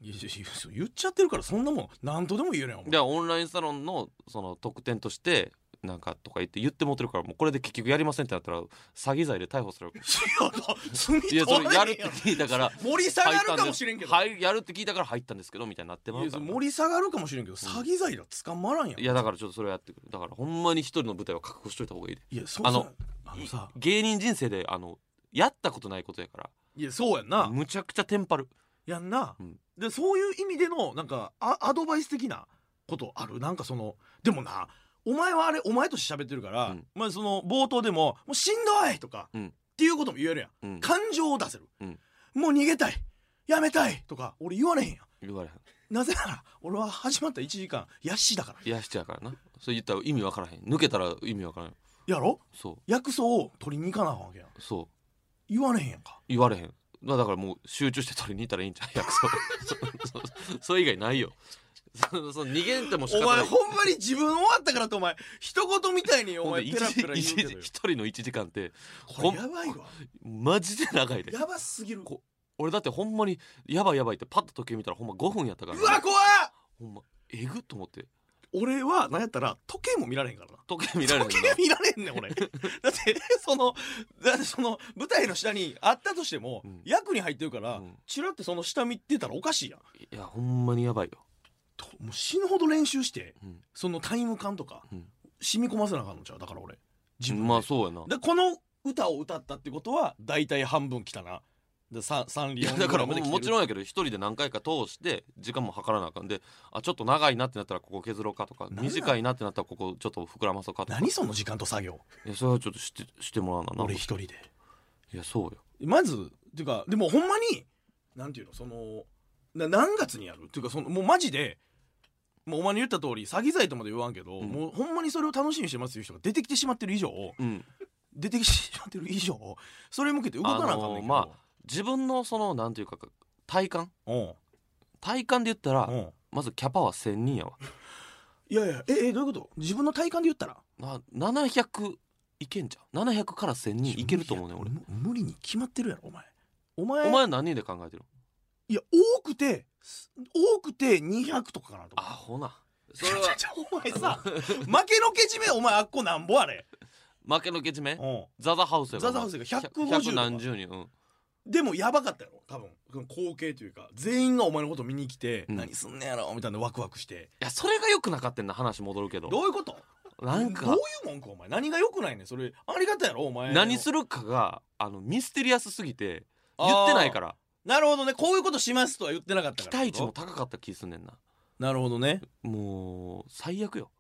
Speaker 4: い
Speaker 5: やいやいや言っちゃってるからそんなもん何とでも言えるやんお 前
Speaker 4: でオンラインサロンのその特典としてなんかとか言って言ってもってるからもうこれで結局やりませんってなったら詐欺罪で逮捕するわけい
Speaker 5: い や
Speaker 4: やそ
Speaker 5: 罪
Speaker 4: れ
Speaker 5: 取ら
Speaker 4: や
Speaker 5: れ
Speaker 4: る
Speaker 5: へ
Speaker 4: っ
Speaker 5: ん
Speaker 4: て聞
Speaker 5: やろ
Speaker 4: いたから
Speaker 5: 盛り下がるかもしれんけど
Speaker 4: 入ったんですはいやるって聞いたから入ったんですけどみたいになってま
Speaker 5: いうや
Speaker 4: か
Speaker 5: そ
Speaker 4: ら
Speaker 5: れ
Speaker 4: い
Speaker 5: 盛り下がるかもしれんけど詐欺罪ら捕まらんやんいや
Speaker 4: やだからちょっとそれはやってくるだからほんまに一人の舞台は覚悟しといた方がいいで
Speaker 5: そう
Speaker 4: あ
Speaker 5: そ
Speaker 4: の
Speaker 5: うあのさ
Speaker 4: 芸人人生であのやったことないことやか
Speaker 5: いやそうやん
Speaker 4: ら
Speaker 5: な
Speaker 4: むちゃくちゃテンパる
Speaker 5: やんな、
Speaker 4: うん
Speaker 5: でそういう意味でのなんかアアドバイス的なことあるなんかそのでもなお前はあれお前として喋ってるから、
Speaker 4: うん
Speaker 5: まあ、その冒頭でも「もうしんどい!」とか、
Speaker 4: うん
Speaker 5: っていうことも言えるやん、
Speaker 4: うん
Speaker 5: 感情を出せる、
Speaker 4: うん
Speaker 5: もう逃げたいやめたいとか俺言われへんやん
Speaker 4: 言われへん
Speaker 5: なぜなら俺は始まった1時間ヤッシーだから
Speaker 4: いやしちゃうからなそれ言ったら意味わからへん抜けたら意味わからへん
Speaker 5: やろ
Speaker 4: そ
Speaker 5: 薬草を取りに行かなあかんわけやん
Speaker 4: うそう
Speaker 5: 言われへんやんか
Speaker 4: 言われへんまあだからもう集中して取りに行ったらいいんじゃん 約束そそそ それ以外ないよそそ逃げんても仕
Speaker 5: お
Speaker 4: 方な
Speaker 5: 前
Speaker 4: い
Speaker 5: ほんまに自分終わったからってお前一言みたいにお
Speaker 4: ほんで
Speaker 5: 前
Speaker 4: 一
Speaker 5: ペラペ
Speaker 4: 時
Speaker 5: ラ言
Speaker 4: 一
Speaker 5: うけど
Speaker 4: 時
Speaker 5: よ
Speaker 4: 一人の1時間って
Speaker 5: これやばいわ
Speaker 4: マジで長いで
Speaker 5: やばすぎる
Speaker 4: こ俺だってほんまにやばいやばいってパッと時計見たらほんま5分やったから
Speaker 5: うわ怖っ
Speaker 4: ほんまえぐっと思って
Speaker 5: 俺はなんやったら時計も見られへんからな
Speaker 4: 時計見られへん
Speaker 5: 時計見られん ねん俺だってそのだってその舞台の下にあったとしても、
Speaker 4: うん
Speaker 5: 役に入ってるから、
Speaker 4: うん
Speaker 5: チラってその下見てたらおかしいやん
Speaker 4: いやほんまにやばいよ、
Speaker 5: ともう死ぬほど練習して
Speaker 4: うん
Speaker 5: そのタイム感とか
Speaker 4: うん
Speaker 5: 染み込ませなあかんのちゃうだから俺自分で,、
Speaker 4: まあそうやな
Speaker 5: でこの歌を歌ったってことは大体半分来たなでサンサン
Speaker 4: い
Speaker 5: リオ
Speaker 4: や
Speaker 5: ン
Speaker 4: だから
Speaker 5: ぐ
Speaker 4: も
Speaker 5: いまで来てる
Speaker 4: もちろんやけど一人で何回か通して時間も計らなあかんであちょっと長いなってなったらここ削ろうかとか
Speaker 5: なんなん
Speaker 4: 短いなってなったらここちょっと膨らまそうかとか
Speaker 5: 何その時間と作業
Speaker 4: いやそれはちょっとしてしてもらうなな
Speaker 5: 俺一人で
Speaker 4: いやそうよ
Speaker 5: まずっていうかでもほんまになんていうのそのな何月にやるっていうかそのもうマジでもうお前に言った通り詐欺罪とまで言わんけど、
Speaker 4: うん
Speaker 5: もうほんまにそれを楽しみにしてますっていう人が出てきてしまってる以上
Speaker 4: うん
Speaker 5: 出てきてしまってる以上それに向けて動かなあかんねんけど、
Speaker 4: あのーま自分のそのなんていうか体感
Speaker 5: うん
Speaker 4: 体感で言ったら
Speaker 5: うん
Speaker 4: まずキャパは1000人やわ
Speaker 5: いやいやええどういうこと自分の体感で言ったら
Speaker 4: な700いけんじゃん700から1000人いけると思うねん俺
Speaker 5: む無理に決まってるやろお前お前
Speaker 4: お前は何人で考えてる
Speaker 5: いや多くてす多くて200とかかなと
Speaker 4: ア
Speaker 5: か
Speaker 4: ホなそ
Speaker 5: ちょ
Speaker 4: れは
Speaker 5: ちょお前さ負けのけじめお前あっこなんぼあれ
Speaker 4: 負けのけじめ
Speaker 5: うん
Speaker 4: ザザハウスやから
Speaker 5: ザザハウスが150
Speaker 4: 100何十人うん
Speaker 5: でもやばかったやろ多分その光景というか全員がお前のこと見に来て、
Speaker 4: うん
Speaker 5: 何すんねやろみたいなワクワクして
Speaker 4: いやそれが良くなかったんだ話戻るけど
Speaker 5: どういうこと
Speaker 4: なん
Speaker 5: ど
Speaker 4: か
Speaker 5: ういう文句お前何が良くないねんそれありがたやろお前
Speaker 4: 何す
Speaker 5: る
Speaker 4: るかがあのミステリアスすぎて言ってないから
Speaker 5: なるほどねこういうことしますとは言ってなかった
Speaker 4: 期
Speaker 5: から
Speaker 4: 待値も高かった気すんねんな
Speaker 5: なるほどね
Speaker 4: もう最悪よ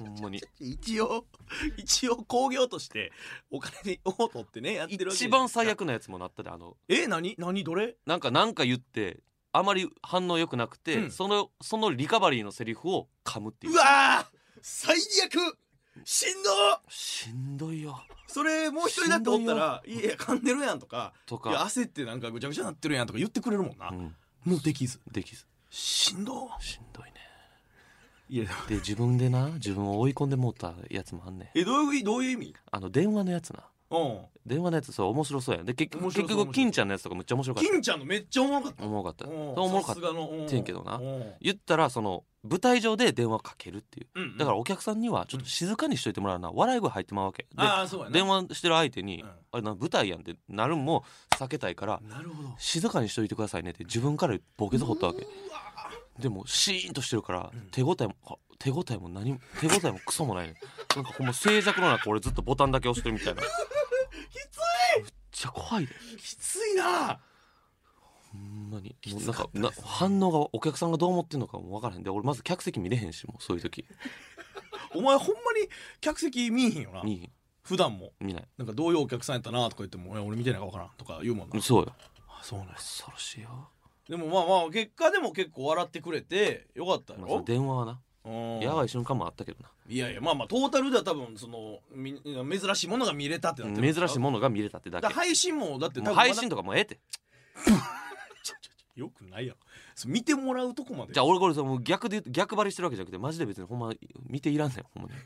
Speaker 4: ほんまに
Speaker 5: 一応 一応興行としてお金を取ってねやってるわけじ
Speaker 4: 一
Speaker 5: ゃな
Speaker 4: 番
Speaker 5: いですか
Speaker 4: 最悪なやつもなったであの
Speaker 5: え何何どれ
Speaker 4: なんかなんか言ってあまり反応良くなくて、
Speaker 5: うん
Speaker 4: そのそのリカバリーのセリフを噛むっていう
Speaker 5: うわー最悪しんどー
Speaker 4: しんどいよ
Speaker 5: それもう一人だっておったら「いやいや噛んでるやん」とか
Speaker 4: と
Speaker 5: 「いや
Speaker 4: か、
Speaker 5: 焦ってなんかぐちゃぐちゃなってるやん」とか言ってくれるもんな、
Speaker 4: うん、
Speaker 5: もうできず
Speaker 4: できず
Speaker 5: しんど
Speaker 4: しんどいね
Speaker 5: いや
Speaker 4: で自分でな自分を追い込んでもうたやつもあんねん
Speaker 5: えどういうどういう意味
Speaker 4: あの電話のやつな
Speaker 5: うん
Speaker 4: 電話のやつそう面白そうやんで結
Speaker 5: 面
Speaker 4: 局
Speaker 5: 白
Speaker 4: 結
Speaker 5: そう
Speaker 4: 局金ちゃんのやつとかめっちゃ面白かった
Speaker 5: 金ちゃんのめっちゃおもろかった
Speaker 4: おもろかった
Speaker 5: うん
Speaker 4: おもろかっ
Speaker 5: さす
Speaker 4: た
Speaker 5: がのうん
Speaker 4: てんけどな
Speaker 5: うん
Speaker 4: 言ったらその舞台上で電話かけるっていう
Speaker 5: うん
Speaker 4: だからお客さんにはちょっと静かにしといてもらうな、笑い声入ってまうわけで
Speaker 5: ああそうやな
Speaker 4: 電話してる相手に、
Speaker 5: うん
Speaker 4: あれな舞台やんってなるんも避けたいから
Speaker 5: なるほど
Speaker 4: 静かにしといてくださいねって自分からボケず掘ったわけでもシーンとしてるから手応えもあ手応えも何も手応えもクソもないねなんかほんま静寂の中俺ずっとボタンだけ押してるみ たいなきついめっちゃ怖いで
Speaker 5: きついな
Speaker 4: ほんまにもう
Speaker 5: つ
Speaker 4: なん
Speaker 5: か
Speaker 4: か
Speaker 5: った
Speaker 4: な反応がお客さんがどう思ってんのかも分からへんで俺まず客席見れへんしもうそういう時
Speaker 5: お前ほんまに客席見えへんよな
Speaker 4: 見
Speaker 5: 普段も
Speaker 4: 見ない
Speaker 5: なんかどういうお客さんやったなとか言ってもいや俺見てないから分からんとか言うもんな
Speaker 4: そうよ
Speaker 5: あそうなんや
Speaker 4: 恐ろしいよ、
Speaker 5: でもまあまあ結果でも結構笑ってくれてよかったや
Speaker 4: まあ、そ
Speaker 5: ろ
Speaker 4: の、電話はな
Speaker 5: うん
Speaker 4: やばい瞬間もあったけどない
Speaker 5: やいやまあまあトータルでは多分そのみ珍しいものが見れたってなってる
Speaker 4: 珍しいものが見れたってだ
Speaker 5: だ
Speaker 4: け
Speaker 5: から配信もだって
Speaker 4: もう
Speaker 5: 多分まだ
Speaker 4: 配信とかもうええって
Speaker 5: よくないやろそう見てもらうとこまで
Speaker 4: じゃあ俺これその逆で言う逆張りしてるわけじゃなくてマジで別にほんま見ていらんねんほんまに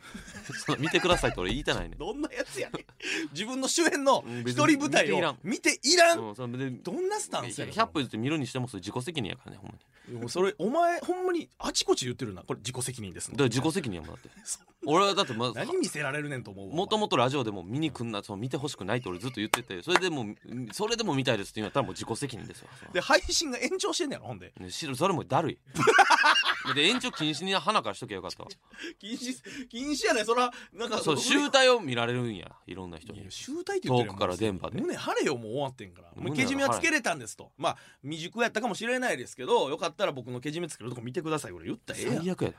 Speaker 4: その見てくださいって俺言いたないねん
Speaker 5: どんなやつやねん 自分の主演の
Speaker 4: うん
Speaker 5: 一
Speaker 4: 別に
Speaker 5: 人舞台
Speaker 4: 見ていら
Speaker 5: を
Speaker 4: ん
Speaker 5: 見ていらん、
Speaker 4: うん、そので
Speaker 5: どんなスタンスやねん
Speaker 4: 100歩譲って見るにしてもそれ自己責任やからねほんまに
Speaker 5: もうそれお前ほんまにあちこち言ってるなこれ自己責任です
Speaker 4: だ
Speaker 5: の
Speaker 4: から自己責任やもんだ って俺はだってまず
Speaker 5: 何見せられるねんと思うわ
Speaker 4: もともとラジオでも見に来んなその見てほしくないって俺ずっと言っててそれでもうそれでも見たいですって言うんやったらもう自己責任ですわ
Speaker 5: で配信が延長してんねやろほんで
Speaker 4: ねしそれもだるい で延長禁止に花からしときゃよかったわ
Speaker 5: 禁止禁止やねんそらなんか
Speaker 4: そう
Speaker 5: の
Speaker 4: 集大を見られるんやいろんな人
Speaker 5: い
Speaker 4: に
Speaker 5: や集大って言ってるやん
Speaker 4: 遠くから電波で
Speaker 5: 胸張れよもう終わってんからもう
Speaker 4: 胸
Speaker 5: け
Speaker 4: 張
Speaker 5: じ
Speaker 4: れ
Speaker 5: めはつけれたんですとまあ未熟やったかもしれないですけどよかったら僕のけじめつけるとこ見てください俺言ったらええやん
Speaker 4: 最悪やで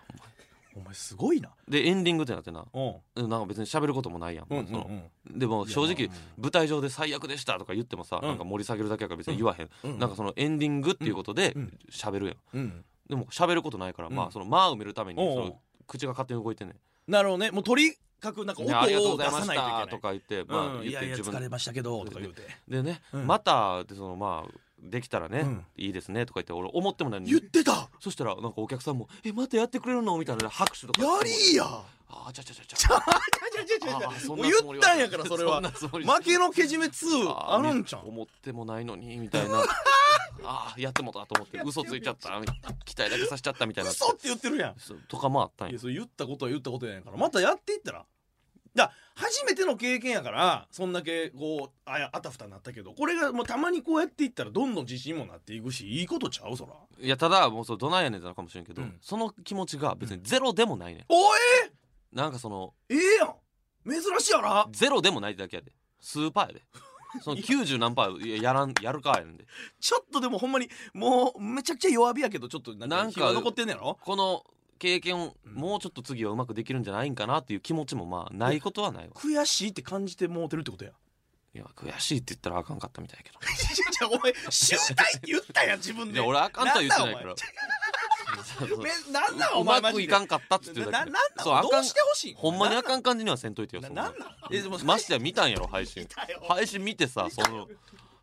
Speaker 5: お前すごいな
Speaker 4: お前でエンディングってなってな
Speaker 5: うん
Speaker 4: なんか別に喋ることもないやん,、
Speaker 5: うんうん
Speaker 4: その
Speaker 5: うん
Speaker 4: でも正
Speaker 5: いや
Speaker 4: 直
Speaker 5: まあま
Speaker 4: 舞台上で最悪でしたとか言ってもさ、
Speaker 5: うん
Speaker 4: なんか盛り下げるだけやから別に言わへん、
Speaker 5: うんうん
Speaker 4: なんかそのエンディングっていうことで
Speaker 5: うん
Speaker 4: 喋るやん、
Speaker 5: うん
Speaker 4: でも喋ることないから、
Speaker 5: うん
Speaker 4: まあその間を埋めるために
Speaker 5: おうおう
Speaker 4: その口が勝手に動いてんねん
Speaker 5: なるほどねもうとにかくなんか
Speaker 4: ねありがとう
Speaker 5: 音を
Speaker 4: ご
Speaker 5: 出
Speaker 4: ざいま
Speaker 5: さ
Speaker 4: し
Speaker 5: ないといけな
Speaker 4: た
Speaker 5: い
Speaker 4: とか言って、ま
Speaker 5: う
Speaker 4: あ
Speaker 5: ん、
Speaker 4: 言
Speaker 5: い
Speaker 4: っ
Speaker 5: や
Speaker 4: て
Speaker 5: いや
Speaker 4: 自
Speaker 5: 疲れ
Speaker 4: 分
Speaker 5: ましたけどとか言うて
Speaker 4: でね、
Speaker 5: うん
Speaker 4: またでそのまあできたらね、
Speaker 5: うん
Speaker 4: いいですねとか言って俺思ってもないの
Speaker 5: 言っ
Speaker 4: に
Speaker 5: てた
Speaker 4: そしたらなんかお客さんも「えまたやってくれるの?」みたいな拍手とか
Speaker 5: やりーや
Speaker 4: ああちゃちゃちゃちゃあーそ
Speaker 5: もう
Speaker 4: な
Speaker 5: ん言
Speaker 4: つもり
Speaker 5: っ
Speaker 4: は
Speaker 5: たんやからそれは
Speaker 4: んなつもり
Speaker 5: 負けのけじめ2
Speaker 4: あ
Speaker 5: あ
Speaker 4: ー
Speaker 5: るんちゃん
Speaker 4: 思ってもないのにみたい なあーやってもたと思って嘘ついちゃった期待だけさせちゃったみたいな
Speaker 5: 嘘って言ってるやん
Speaker 4: そうとかもあったん
Speaker 5: い
Speaker 4: や
Speaker 5: やそれ言ったことは言ったことやねんからまたやっていったらだから初めての経験やからそんだけこうあやあたふたになったけどこれがもうたまにこうやっていったらどんどん自信もなっていくしいいことちゃうそら
Speaker 4: いやただもうそうどないやねんってなるかもしれんけど、
Speaker 5: うん
Speaker 4: その気持ちが別にゼロでもないねん、
Speaker 5: おえ
Speaker 4: なんかその
Speaker 5: ええやん珍しいやな
Speaker 4: ゼロでもないだけやで数パーやでその90何パーいややらんやるかやねんで
Speaker 5: ちょっとでもほんまにもうめちゃくちゃ弱火やけどちょっとなん
Speaker 4: な
Speaker 5: か
Speaker 4: んか
Speaker 5: 火が残ってんねやろ
Speaker 4: この経験をもうちょっと次はうまくできるんじゃないんかなっていう気持ちもまあないことはないわ
Speaker 5: 悔しいって感じてもうてるってこ とや
Speaker 4: いや悔しいって言ったらあかんかったみたいやけど
Speaker 5: じゃあお前集大って言ったやん自分
Speaker 4: い
Speaker 5: で
Speaker 4: や俺あかんとは言ってないか
Speaker 5: ん
Speaker 4: ら
Speaker 5: だ
Speaker 4: そうそう
Speaker 5: お前めなんなん
Speaker 4: う
Speaker 5: お前
Speaker 4: ま
Speaker 5: マ
Speaker 4: く
Speaker 5: ジ
Speaker 4: い
Speaker 5: で
Speaker 4: かんかったっつってる
Speaker 5: な
Speaker 4: だ
Speaker 5: なん
Speaker 4: け
Speaker 5: なん
Speaker 4: そうあ
Speaker 5: ど
Speaker 4: か
Speaker 5: うしてほしい
Speaker 4: んほんまにあ
Speaker 5: ん
Speaker 4: かん感じにはせんといてよ
Speaker 5: な
Speaker 4: そん
Speaker 5: な
Speaker 4: なん
Speaker 5: なん
Speaker 4: えで もましてや見たんやろ配信配信見てさその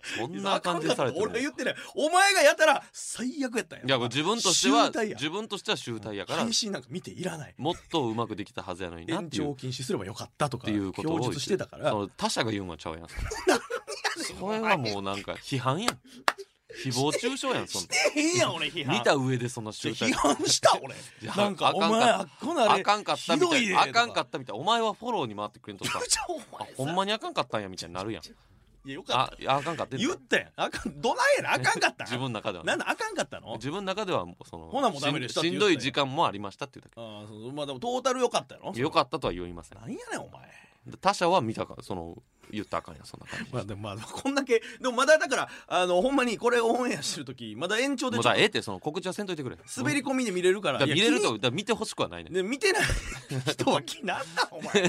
Speaker 4: そんな感じされて
Speaker 5: あ
Speaker 4: も
Speaker 5: かんかった俺言ってないお前がやったら最悪やったんや
Speaker 4: いやこれ自分としては
Speaker 5: 集大や
Speaker 4: 自分としては集大やから
Speaker 5: 配信なんか見ていらない
Speaker 4: もっとうまくできたはずやのになっ
Speaker 5: 延
Speaker 4: ていう
Speaker 5: 長禁止すればよかったと
Speaker 4: っ
Speaker 5: か
Speaker 4: ていうことを
Speaker 5: 供述してたから
Speaker 4: その他者が言うんはちゃう やんそれはもうなんか批判やん誹謗中傷やんそんな
Speaker 5: ええやん俺批判
Speaker 4: 見た上でそんな集大
Speaker 5: 批判し た俺
Speaker 4: いや
Speaker 5: なんか
Speaker 4: あ
Speaker 5: お
Speaker 4: かんか
Speaker 5: 前あっこのあ
Speaker 4: あ
Speaker 5: れ
Speaker 4: かんかった
Speaker 5: ひ
Speaker 4: み
Speaker 5: ど
Speaker 4: たい
Speaker 5: い
Speaker 4: なあかんか
Speaker 5: っ
Speaker 4: ったみたいなお前はフォローに回ってくれんとさ
Speaker 5: じゃあ
Speaker 4: あほ
Speaker 5: お
Speaker 4: ん
Speaker 5: 前さ
Speaker 4: まにあかんかったんやみたいになるやん
Speaker 5: いやよか
Speaker 4: あ
Speaker 5: っ
Speaker 4: いやあかんかったたんだ
Speaker 5: 言ったやんあかんどないやなあかんかった
Speaker 4: 自分の中ではね
Speaker 5: なんだあかんかったの
Speaker 4: 自分の中ではもうその
Speaker 5: ほなもうダメでしたって
Speaker 4: しん
Speaker 5: 言
Speaker 4: しん
Speaker 5: ったんや
Speaker 4: どい時間もありましたっていうだ
Speaker 5: ああそうまあでもトータルよかったやろ
Speaker 4: けよかったとは言いません
Speaker 5: なんやねんお前
Speaker 4: 他者は見たかその言ったらあかんやんそんな感じ
Speaker 5: まあでもまあ こんだけでもまだだからあのほんまにこれオンエアしてる時まだ延長で
Speaker 4: もう
Speaker 5: ちょ
Speaker 4: だ
Speaker 5: っ
Speaker 4: からええってその告知はせんといてくれ
Speaker 5: と滑り込みで見れるから
Speaker 4: だから見れる
Speaker 5: いや
Speaker 4: とだから見てほしくはないね
Speaker 5: 気にね見 てない人は気になんだお前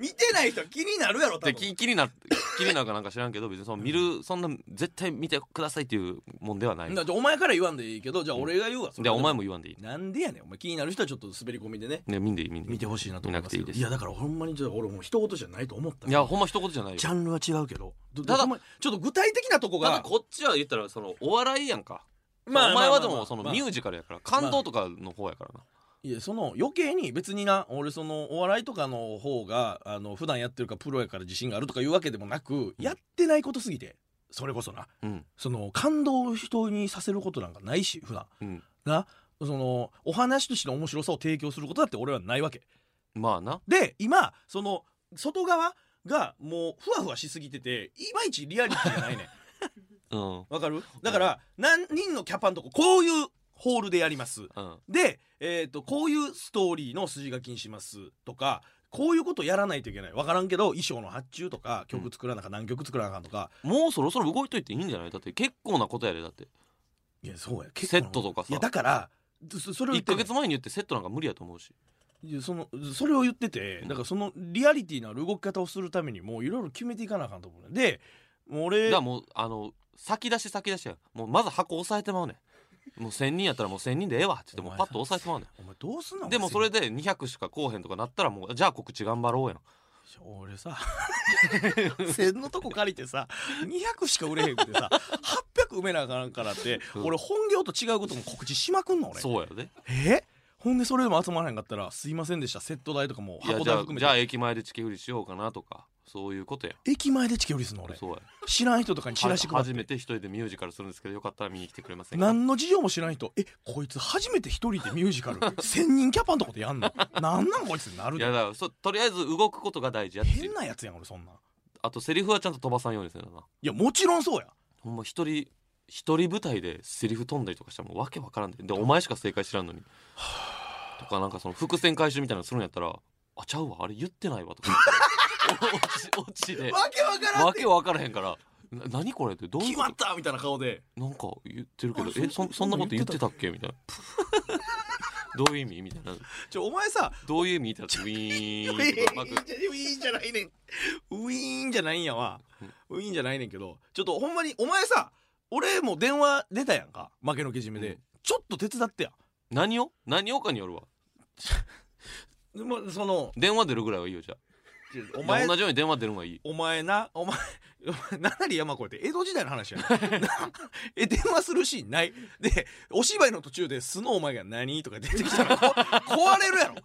Speaker 5: 見てない人は気になるやろ多
Speaker 4: で
Speaker 5: 分
Speaker 4: き気にな気になるかなんか知らんけど別にその見るそんな絶対見てくださいっていうもんではない
Speaker 5: だってお前から言わんでいいけどじゃあ俺が言うわそれ
Speaker 4: でお前も言わんでいい
Speaker 5: なんでやねんお前気になる人はちょっと滑り込みでね
Speaker 4: ね見んでいい見んでい
Speaker 5: 見てほしいなと思いますけど
Speaker 4: 見なくていいです
Speaker 5: やだからほんまにちょっと俺もう一言じゃないと思った
Speaker 4: いいやほんま一言じゃないよ
Speaker 5: ジャンルは違うけどど
Speaker 4: ただ
Speaker 5: ほんまにちょっと具体的なとこ
Speaker 4: だって
Speaker 5: が
Speaker 4: こっちは言ったらそのお笑いやんか
Speaker 5: まあ
Speaker 4: お前
Speaker 5: ま
Speaker 4: は
Speaker 5: あま
Speaker 4: で
Speaker 5: あまあ
Speaker 4: もその
Speaker 5: まあ
Speaker 4: ミュージカルやから感動とかの方やからない
Speaker 5: やその余計に別にな俺そのお笑いとかの方があの普段やってるからプロやから自信があるとかいうわけでもなくやってないことすぎてそれこそな
Speaker 4: うん
Speaker 5: その感動を人にさせることなんかないし普段
Speaker 4: うん
Speaker 5: なそのお話としての面白さを提供することだって俺はないわけ
Speaker 4: まあな
Speaker 5: で今その外側がもうふわふわしすぎてていまいちリアリティじゃないねん
Speaker 4: うん
Speaker 5: わかるだから何人のキャパのとここういうホールでやります
Speaker 4: うん
Speaker 5: で、えー、とこういうストーリーの筋書きにしますとかこういうことやらないといけない分からんけど衣装の発注とか曲作らなあかん何曲作らなあかんとか、
Speaker 4: もうそろそろ動いといていいんじゃないだって結構なことやでだって
Speaker 5: いやそうや結
Speaker 4: セットとかさ
Speaker 5: いやだからそそれを言
Speaker 4: 1
Speaker 5: って
Speaker 4: か月前に言ってセットなんか無理やと思うし
Speaker 5: いやそのそれを言ってて
Speaker 4: うん
Speaker 5: だからそのリアリティのある動き方をするためにもういろいろ決めていかなあかんと思うねでもう
Speaker 4: だ
Speaker 5: 俺
Speaker 4: からもうあの先出し先出しやもうまず箱押さえてまうねんもう1000人やったらもう1000人でええわって言ってもうパッと押さえてまうねん
Speaker 5: お前どうすんの
Speaker 4: でもそれ
Speaker 5: で
Speaker 4: で200しかこうへんとかなったらもうじゃあ告知頑張ろうやん
Speaker 5: 俺さ 1000のとこ借りてさ200しか売れへんくてさ800埋めなあかんからって
Speaker 4: うん
Speaker 5: 俺本業と違うことも告知しまくんの俺
Speaker 4: そうやで
Speaker 5: えほんでそれでも集まらへんかったらすいませんでしたセット代とかも
Speaker 4: いや
Speaker 5: 箱
Speaker 4: じゃ
Speaker 5: 代
Speaker 4: あ
Speaker 5: 含め
Speaker 4: じゃあ
Speaker 5: て
Speaker 4: 駅前でチケ売りしようかなとかそういうことや
Speaker 5: 駅前でチケ売りすんの俺
Speaker 4: そうや
Speaker 5: 知らん人とかにチラシ配っ
Speaker 4: 初
Speaker 5: て
Speaker 4: めて一人でミュージカルするんですけどよかったら見に来てくれませんか
Speaker 5: 何の事情も知らん人えこいつ初めて一人でミュージ カル1000人キャパのとこでやんのなんなんこいつになる
Speaker 4: い
Speaker 5: で
Speaker 4: やだからそとりあえず動くことが大事やって
Speaker 5: 変なやつやん俺そんなん
Speaker 4: あとセリフはちゃんと飛ばさんようにするな
Speaker 5: やもちろんそうや
Speaker 4: ほんま一人一人舞台でセリフ飛んだりとかしたらもうわけわからんででお前しか正解知らんのにとかなんかその伏線回収みたいなのするんやったら「あちゃうわあれ言ってないわ」とか 言ってお落ち落ちで
Speaker 5: わけわからん
Speaker 4: わけわからへんから「な何これ」ってどういう
Speaker 5: 決
Speaker 4: こ
Speaker 5: ま
Speaker 4: と
Speaker 5: ったみたいな顔で
Speaker 4: なんか言ってるけど
Speaker 5: あ、
Speaker 4: え、
Speaker 5: そ
Speaker 4: そ
Speaker 5: ん
Speaker 4: そんなこと言
Speaker 5: 言っ
Speaker 4: ってて
Speaker 5: た
Speaker 4: たっけみたいな。どういう意味みたいな。
Speaker 5: ちょお前さ
Speaker 4: どういう意味だってウィーン
Speaker 5: ウ
Speaker 4: っ
Speaker 5: ィ
Speaker 4: てうまく。
Speaker 5: ーンじゃないねんウィーンじゃないんやわウィーンじゃないねんけどちょっとほんまにお前さ俺も電話出たやんか負けのけじめで、
Speaker 4: うん
Speaker 5: ちょっと手伝ってや
Speaker 4: 何を何をかによるわ。
Speaker 5: でもその
Speaker 4: 電話出るぐらいはいいよ、じゃ
Speaker 5: お
Speaker 4: あ。
Speaker 5: 前
Speaker 4: 同じように電話出るのがいい。
Speaker 5: お前なお前 お前七里山越えて江戸時代の話やな え電話するシーンないでお芝居の途中で「素のお前が何?」とか出てきたらこ壊れるやろ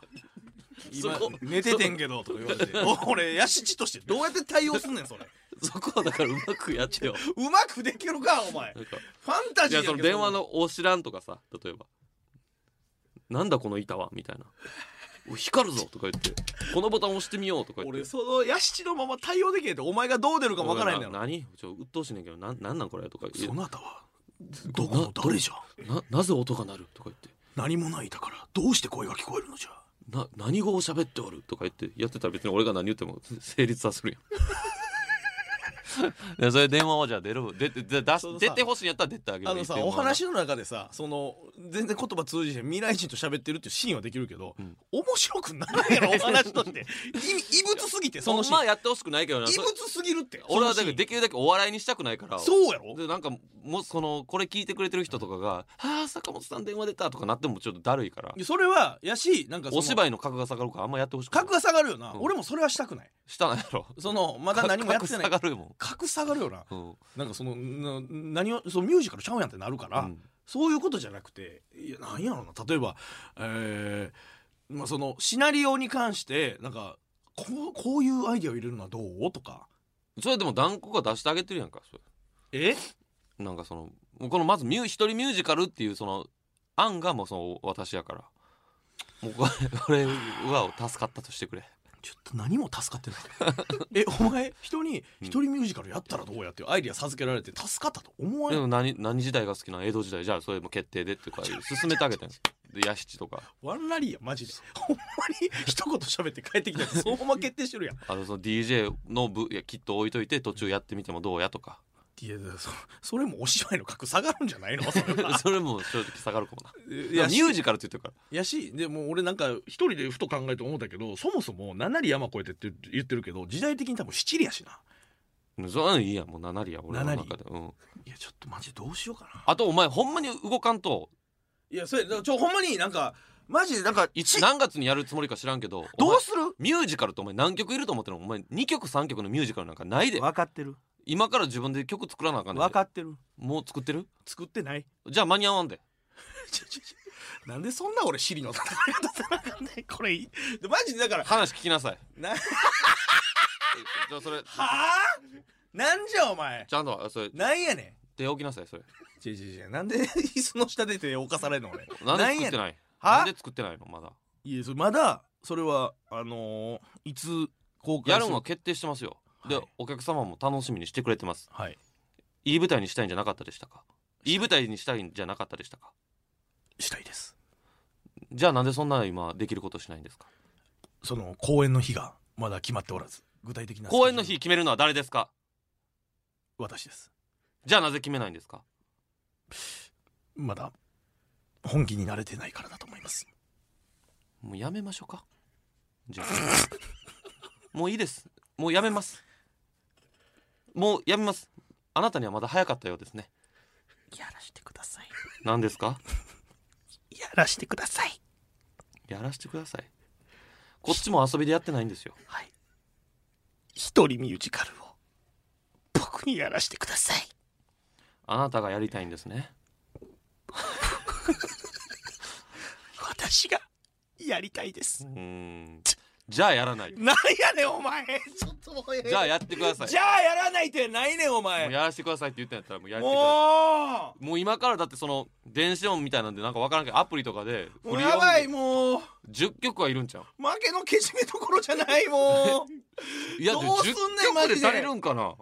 Speaker 5: 今
Speaker 4: そこ
Speaker 5: 寝ててんけどとか言わ れてお俺ヤシチとしてどうやって対応すんねんそれ
Speaker 4: そこはだからうまくやってよ。
Speaker 5: うまくできるかお前
Speaker 4: なんか、
Speaker 5: ファンタ
Speaker 4: い
Speaker 5: ジー
Speaker 4: や、
Speaker 5: やん
Speaker 4: そ
Speaker 5: け
Speaker 4: の電話のお知らんとかさ、例えば。なんだこの板はみたい な。お光るぞとか言って。このボタン押してみようとか言って
Speaker 5: 俺。そのヤシチのまま対応できへんってお前がどう出るか分からへんねん
Speaker 4: な何ちょ、鬱陶しいねんけど、なんなんなんこれとか言う
Speaker 5: なたはどこの誰じゃ
Speaker 4: な、なぜ音が鳴るとか言って。
Speaker 5: 何もないだからどうして声が聞こえるのじゃ
Speaker 4: な何語を喋っておるとか言ってやってたら別に俺が何言っても成立はす るやんいやそれ電話はじゃあ出る出て出出す
Speaker 5: そのさ
Speaker 4: 出てほしいんやったら出てあげる
Speaker 5: あのさ
Speaker 4: 電話
Speaker 5: お
Speaker 4: は
Speaker 5: 話の中でさその全然言葉通じて未来人と喋ってるっていうシーンはできるけど、
Speaker 4: ん
Speaker 5: 面白くな いやろお話として意異物すぎてそ
Speaker 4: そ
Speaker 5: の
Speaker 4: の
Speaker 5: シ
Speaker 4: ま
Speaker 5: ー
Speaker 4: あ
Speaker 5: ン
Speaker 4: やってほしくないけどな
Speaker 5: 異
Speaker 4: そ
Speaker 5: 物すぎるって
Speaker 4: 俺はだか
Speaker 5: そ
Speaker 4: ら
Speaker 5: のシー
Speaker 4: できるだけお笑いにしたくないから
Speaker 5: ンそうやろ
Speaker 4: でなんかもうそのこれ聞いてくれてる人とかが「あー坂本さん電話出た」とかなってもちょっとだるいから
Speaker 5: いやそれはやしなんかその
Speaker 4: お芝居の格が下がるからあんまやってほしくない
Speaker 5: 格が下がるよな、
Speaker 4: うん
Speaker 5: 俺もそれはしたくない
Speaker 4: したないやろ
Speaker 5: そのまだ何もやってない
Speaker 4: 格下がるもん
Speaker 5: 格下がるよな
Speaker 4: うん
Speaker 5: なんかそのな何をそのミュージカルちゃうやんってなるから、
Speaker 4: うん
Speaker 5: そういうことじゃなくていやなんやろな例えば、えーまあ、そのシナリオに関してなんかこうこういうアイディアを入れるのはどうとか
Speaker 4: それでも断固が出してあげてるやんかそれ
Speaker 5: え
Speaker 4: なんかそのもうこのまずミュー一人ミュージカルっていうその案がもうその私やからもうこれこれは助かったとしてくれ
Speaker 5: ちょっと何も助かってない えお前人に一人ミュージカルやったらどうやっていうアイディア授けられて助かったと思わ
Speaker 4: で
Speaker 5: ない
Speaker 4: も何何時代が好きなの江戸時代じゃあそれも決定でっていうか進めてあげてんですで屋敷とか
Speaker 5: ワンラリーやマジで ほんまに一言喋って帰ってきたやつそのまま決定してるやん
Speaker 4: あのその DJ の部いやきっと置いといて途中やってみてもどうやとか
Speaker 5: いやそそれもお芝居の格下がるんじゃないのそれ は
Speaker 4: それも正直下がるかもないい
Speaker 5: や
Speaker 4: やミュージカルって言ってるか
Speaker 5: やしでも俺なんか一人でふと考えて思ったけどそもそも七里山越えてって言ってるけど時代的に多分七里やしな
Speaker 4: らそんなのいいやんもう7里や俺の
Speaker 5: 七
Speaker 4: 中
Speaker 5: 里
Speaker 4: で、うん、
Speaker 5: いやちょっとマジどうしようかな
Speaker 4: あとお前ほんまに動かんと
Speaker 5: いやそれちょほんまになんかマジでなんか
Speaker 4: い
Speaker 5: ち
Speaker 4: つ何月にやるつもりか知らんけどお
Speaker 5: ど
Speaker 4: 前
Speaker 5: うする
Speaker 4: ミュージカルってお前何曲いると思ってるのお前2曲3曲のミュージカルなんかないで
Speaker 5: 分かってる
Speaker 4: 今から自分で曲作らなあかんで
Speaker 5: 分かってる
Speaker 4: もう作ってる
Speaker 5: 作ってない
Speaker 4: じゃあ間に合わんで
Speaker 5: ちょちょちょなんでそんな俺尻の戦い方さなあかんねんこれいいでマジでだから
Speaker 4: 話聞きなさい
Speaker 5: なは
Speaker 4: じゃあそれ
Speaker 5: あなんじゃお前
Speaker 4: ちゃんとそれ
Speaker 5: なんやね
Speaker 4: 手置きなさいそれ
Speaker 5: んちょちょちょなんで椅子の下で手を犯されるの
Speaker 4: なん
Speaker 5: 俺
Speaker 4: で作
Speaker 5: や
Speaker 4: って
Speaker 5: ねん
Speaker 4: ない
Speaker 5: は
Speaker 4: なんで作ってないのまだ
Speaker 5: いやそれまだそれはあのーいつ公開
Speaker 4: や
Speaker 5: す
Speaker 4: るんは決定してますよで、
Speaker 5: はい
Speaker 4: お客様も楽しみにしてくれてます
Speaker 5: はい
Speaker 4: いい舞台にしたいんじゃなかったでしたかいい舞台にしたいんじゃなかったでしたか
Speaker 5: したいです
Speaker 4: じゃあなんでそんな今できることしないんですか
Speaker 5: その公演の日がまだ決まっておらず具体的な
Speaker 4: 公演の
Speaker 5: スケジュー
Speaker 4: 日
Speaker 5: ル
Speaker 4: 決めるのは誰ですか
Speaker 5: 私です
Speaker 4: じゃあなぜ決めないんですか
Speaker 5: まだ本気に慣れてないからだと思います
Speaker 4: もうやめましょうか じゃあもういいですもうやめますもうやめますあなたにはまだ早かったようですね
Speaker 5: やらしてください
Speaker 4: 何ですか
Speaker 5: やらしてください
Speaker 4: やらしてくださいこっちも遊びでやってないんですよ
Speaker 5: はい一人ミュージカルを僕にやらしてください
Speaker 4: あなたがやりたいんですね
Speaker 5: 私がやりたいです
Speaker 4: うーんじゃあやらない
Speaker 5: なんやねんお前ちょっともうええ
Speaker 4: じゃあやってください
Speaker 5: じゃあやらないってないねんお前
Speaker 4: もうやらせてくださいって言ったんやったらもうやってください
Speaker 5: も
Speaker 4: もう今からだってその電子音みたいなんでなんかわからんけどアプリとかで
Speaker 5: うもうやばい
Speaker 4: で
Speaker 5: もう
Speaker 4: 10曲はいるんちゃう
Speaker 5: 負けのけじめどころじゃない も
Speaker 4: いやでも
Speaker 5: どう
Speaker 4: 10
Speaker 5: すんねんマ
Speaker 4: 曲
Speaker 5: ジで
Speaker 4: で足りるんかな
Speaker 5: う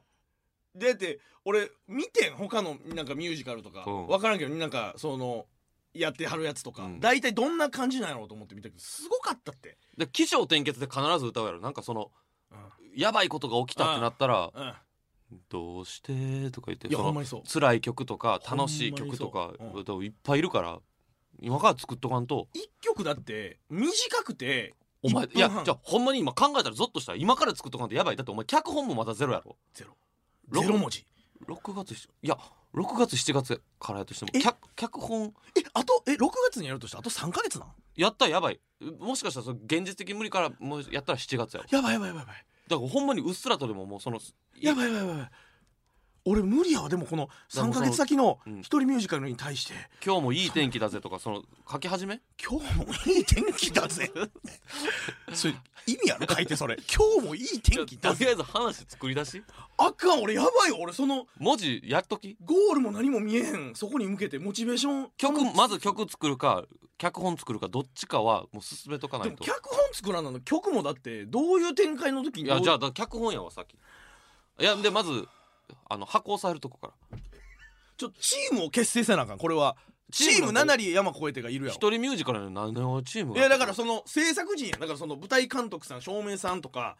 Speaker 5: だって俺見てん他のなんかミュージカルとか、
Speaker 4: うん
Speaker 5: 分からんけどなんかそのやってはるやつとか、
Speaker 4: うん
Speaker 5: 大体どんな感じなんやろうと思って見たけどすごかったって、
Speaker 4: で起承転結で必ず歌うやろなんかその
Speaker 5: うん
Speaker 4: やばいことが起きたってなったら
Speaker 5: うん、
Speaker 4: 「どうして?」とか言って
Speaker 5: いや
Speaker 4: そ
Speaker 5: ほん
Speaker 4: の
Speaker 5: まにそう
Speaker 4: 辛い曲とか
Speaker 5: ほんま
Speaker 4: 楽
Speaker 5: にそう
Speaker 4: しい曲とか
Speaker 5: うん
Speaker 4: 歌ういっぱいいるから今から作っとかんと
Speaker 5: 一曲だって短くて
Speaker 4: お前
Speaker 5: 1
Speaker 4: い
Speaker 5: 分
Speaker 4: や
Speaker 5: 半
Speaker 4: じゃあほんまに今考えたらゾッとした今から作っとかんとやばいだってお前脚本もまだゼロやろ
Speaker 5: ゼロ
Speaker 4: ロ
Speaker 5: ゼロ文字
Speaker 4: 6月しいや6月7月からやとしても
Speaker 5: え
Speaker 4: 脚脚本
Speaker 5: えあとえ6月にやるとしたらあと3か月なん
Speaker 4: やったらやばいもしかしたらその現実的無理からもうやったら7月やろ
Speaker 5: やばいやばいやばいやばい
Speaker 4: だからほんまにうっすらとでももうその
Speaker 5: やばいやばいやばい俺無理やわでもこの3か月先の
Speaker 4: うん
Speaker 5: 一人ミュージカルに対して
Speaker 4: 今日もいい天気だぜとかその書き始め
Speaker 5: 今日もいい天気 だぜそれ意味ある書いてそれ今日もいい天気だ
Speaker 4: とりあ
Speaker 5: ぜ
Speaker 4: えず話作り出し
Speaker 5: あかん俺やばいよ俺その
Speaker 4: 文字やっとき
Speaker 5: ゴールも何も見えへんそこに向けてモチベーション
Speaker 4: 曲まず曲作るか脚本作るかどっちかはもう進めとかな
Speaker 5: で
Speaker 4: い
Speaker 5: も
Speaker 4: と
Speaker 5: 脚本作らなの曲もだってどういう展開の時に
Speaker 4: い
Speaker 5: どう
Speaker 4: やじゃあだ脚本やわさっきいやでまずあの箱押さえるとこから
Speaker 5: ちょっとチームを結成せなあかんこれは
Speaker 4: チーム
Speaker 5: チームななり山越えてがいるや
Speaker 4: 一
Speaker 5: ろ
Speaker 4: 人ミュージカルの何のチーム
Speaker 5: い
Speaker 4: が
Speaker 5: やだからその制作陣やだからその舞台監督さん照明さんとか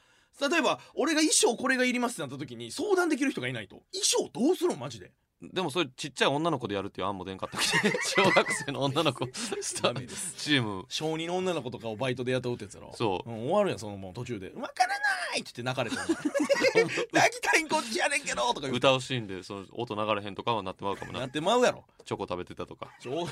Speaker 5: 例えば俺が衣装これがいりますってなった時に相談できる人がいないと衣装どうするのマジで
Speaker 4: でもそれちっちゃい女の子でやるっていう案も出んかったっけ 小学生の女の子スタ
Speaker 5: ダメです
Speaker 4: チーム
Speaker 5: 小2の女の子とかをバイトで雇うってやつやろ
Speaker 4: そう、
Speaker 5: ん、終わるやんそのもう途中で「分からない!」って言って泣かれ てる泣きたいんこっちやねんけど」とか言う
Speaker 4: 歌うシーンでその音流れへんとかはなってまうかも
Speaker 5: な
Speaker 4: な
Speaker 5: ってまうやろ
Speaker 4: チョコ食べてたとか
Speaker 5: ちょ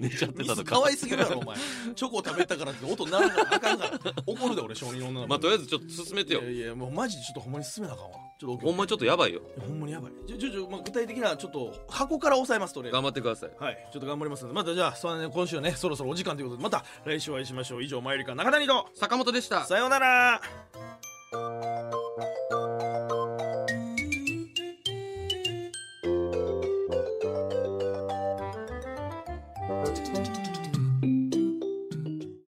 Speaker 4: 寝ちゃって
Speaker 5: ミ
Speaker 4: たと
Speaker 5: ス
Speaker 4: か
Speaker 5: かわいすぎるやろお前チョコ食べたからって音鳴らなあかんから怒るで俺小2の女の子
Speaker 4: まあとりあえずちょっと進めてよ
Speaker 5: いやいやもうマジでちょっとほんまに進めなあかんわちょっと
Speaker 4: ほんまちょっとやばいよ
Speaker 5: いやほんまにやばい。ちょ、ちょ、ちょ、まあ、具体的な、ちょっと、箱から押さえますとね。
Speaker 4: 頑張ってください
Speaker 5: はい、ちょっと頑張りますので、またじゃあ、そうだね、今週はね、そろそろお時間ということで、また来週お会いしましょう。以上、マユリカ中谷と、
Speaker 4: 坂本でした
Speaker 5: さようなら。